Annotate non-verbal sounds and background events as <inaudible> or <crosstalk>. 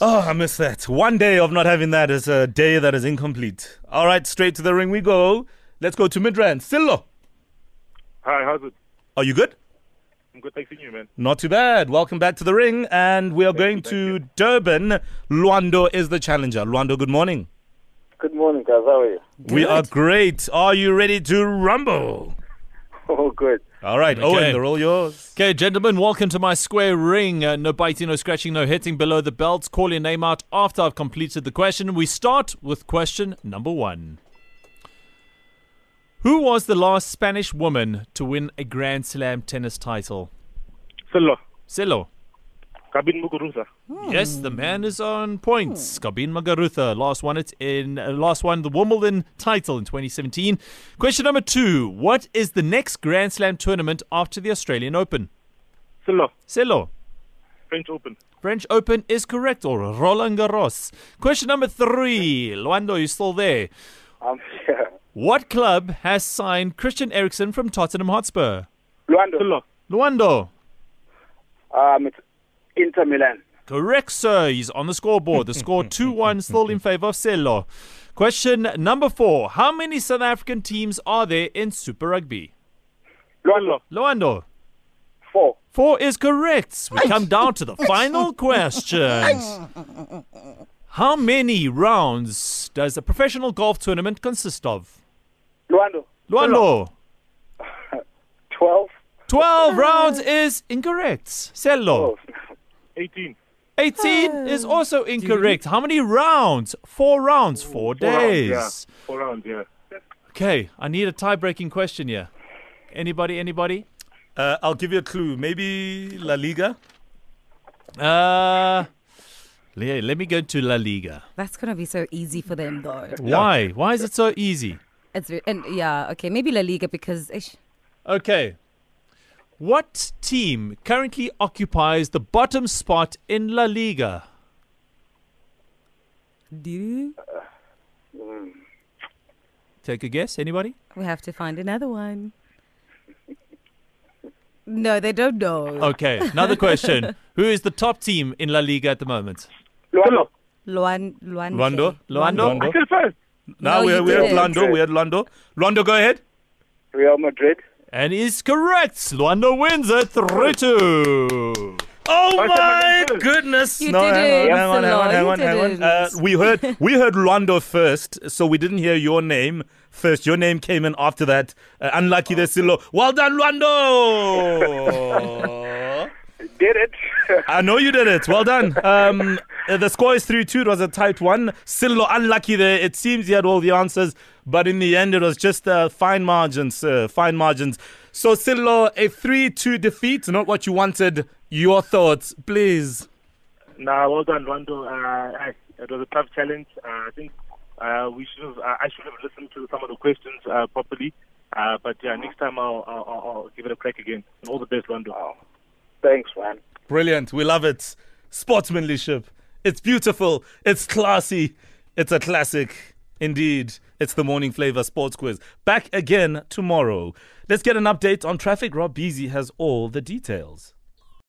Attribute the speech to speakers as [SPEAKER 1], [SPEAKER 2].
[SPEAKER 1] Oh, I miss that. One day of not having that is a day that is incomplete. All right, straight to the ring we go. Let's go to Midrand. Silo,
[SPEAKER 2] Hi, how's it?
[SPEAKER 1] are you good?
[SPEAKER 2] I'm good, thanks to you, man.
[SPEAKER 1] Not too bad. Welcome back to the ring, and we are going
[SPEAKER 2] you,
[SPEAKER 1] to Durban. Luando is the challenger. Luando, good morning.
[SPEAKER 3] Good morning, guys. How are you? <laughs>
[SPEAKER 1] We are great. Are you ready to rumble?
[SPEAKER 3] Oh, good.
[SPEAKER 1] All right, Owen, they're all yours.
[SPEAKER 4] Okay, gentlemen, welcome to my square ring. Uh, no biting, no scratching, no hitting below the belt. Call your name out after I've completed the question. We start with question number one Who was the last Spanish woman to win a Grand Slam tennis title?
[SPEAKER 2] Silo,
[SPEAKER 4] Celo.
[SPEAKER 2] Kabin Muguruza.
[SPEAKER 4] Yes, the man is on points. Kabin Magarutha last won it in uh, last won the Wimbledon title in 2017. Question number two: What is the next Grand Slam tournament after the Australian Open?
[SPEAKER 2] Silo,
[SPEAKER 4] Celo.
[SPEAKER 2] French Open.
[SPEAKER 4] French Open is correct, or Roland Garros. Question number three. Luando, you still there?
[SPEAKER 3] I'm here.
[SPEAKER 4] What club has signed Christian Eriksen from Tottenham Hotspur?
[SPEAKER 3] Luando,
[SPEAKER 2] Silo,
[SPEAKER 4] Luando.
[SPEAKER 3] um, it's Inter Milan.
[SPEAKER 4] Correct, sir. He's on the scoreboard. The score 2 1, still in favor of Celo. Question number four. How many South African teams are there in Super Rugby?
[SPEAKER 3] Luando,
[SPEAKER 4] Luando.
[SPEAKER 3] four.
[SPEAKER 4] Four is correct. We come down to the final question. How many rounds does a professional golf tournament consist of?
[SPEAKER 3] Luando,
[SPEAKER 4] Luando,
[SPEAKER 3] <laughs> 12.
[SPEAKER 4] 12 rounds is
[SPEAKER 1] Oh.
[SPEAKER 4] incorrect. Cello,
[SPEAKER 2] 18.
[SPEAKER 4] 18 is also incorrect. How many rounds? Four rounds, four
[SPEAKER 2] Four rounds, yeah.
[SPEAKER 4] days.
[SPEAKER 2] Four rounds, yeah.
[SPEAKER 4] Okay, I need a tie breaking question here. Anybody, anybody?
[SPEAKER 1] Uh, I'll give you a clue. Maybe La Liga.
[SPEAKER 4] Uh, le- let me go to La Liga.
[SPEAKER 5] That's gonna be so easy for
[SPEAKER 4] <laughs>
[SPEAKER 5] them though.
[SPEAKER 4] Why? Why is it so easy?
[SPEAKER 5] It's ve- and yeah, okay, maybe La Liga because ish,
[SPEAKER 4] Okay. What team currently occupies the bottom spot in La Liga?
[SPEAKER 5] do
[SPEAKER 4] Take a guess, anybody?
[SPEAKER 5] we have to find another one? No, they don't know.
[SPEAKER 4] Okay, another question. Who is the top team in La Liga at the moment?
[SPEAKER 3] Luando,
[SPEAKER 5] Luan, Luan,
[SPEAKER 1] Luando.
[SPEAKER 4] Luando?
[SPEAKER 1] Luando.
[SPEAKER 2] Still first.
[SPEAKER 1] Now
[SPEAKER 5] No,
[SPEAKER 1] we're,
[SPEAKER 5] you
[SPEAKER 1] we're at
[SPEAKER 5] didn't.
[SPEAKER 1] Luando. We're at Luando. Luando, go ahead.
[SPEAKER 3] Real Madrid.
[SPEAKER 4] And is correct. Luando wins at 3 2.
[SPEAKER 1] Oh
[SPEAKER 2] Okay,
[SPEAKER 1] my
[SPEAKER 2] but it's good.
[SPEAKER 1] goodness!
[SPEAKER 5] You
[SPEAKER 1] no, hang
[SPEAKER 5] didn't,
[SPEAKER 1] on, hang on, hang on, hang on,
[SPEAKER 5] Solo,
[SPEAKER 1] hang
[SPEAKER 5] you
[SPEAKER 1] on. Uh,
[SPEAKER 5] didn't.
[SPEAKER 1] we heard we heard Luando first, so we didn't hear your name first. Your name came in after that. Uh, unlucky there, Silo. Well done, <laughs> Luando.
[SPEAKER 3] Did it? <laughs>
[SPEAKER 1] I know you did it. Well done. Um, uh, the score is three two. It was a tight one. Silo unlucky there. It seems he had all the answers, but in the end, it was just uh, fine margins. Uh, fine margins. So Silo, a three two defeat. Not what you wanted. Your thoughts, please.
[SPEAKER 2] Nah, well done, Rondo. Uh, aye, it was a tough challenge. Uh, I think uh, we should have. Uh, I should have listened to some of the questions uh, properly. Uh, but yeah, next time I'll, I'll, I'll I'll give it a crack again. And all the best, Rondo.
[SPEAKER 3] Thanks, man.
[SPEAKER 1] Brilliant. We love it. Sportsmanship. It's beautiful. It's classy. It's a classic. Indeed. It's the morning flavor sports quiz. Back again tomorrow. Let's get an update on traffic. Rob Beasy has all the details.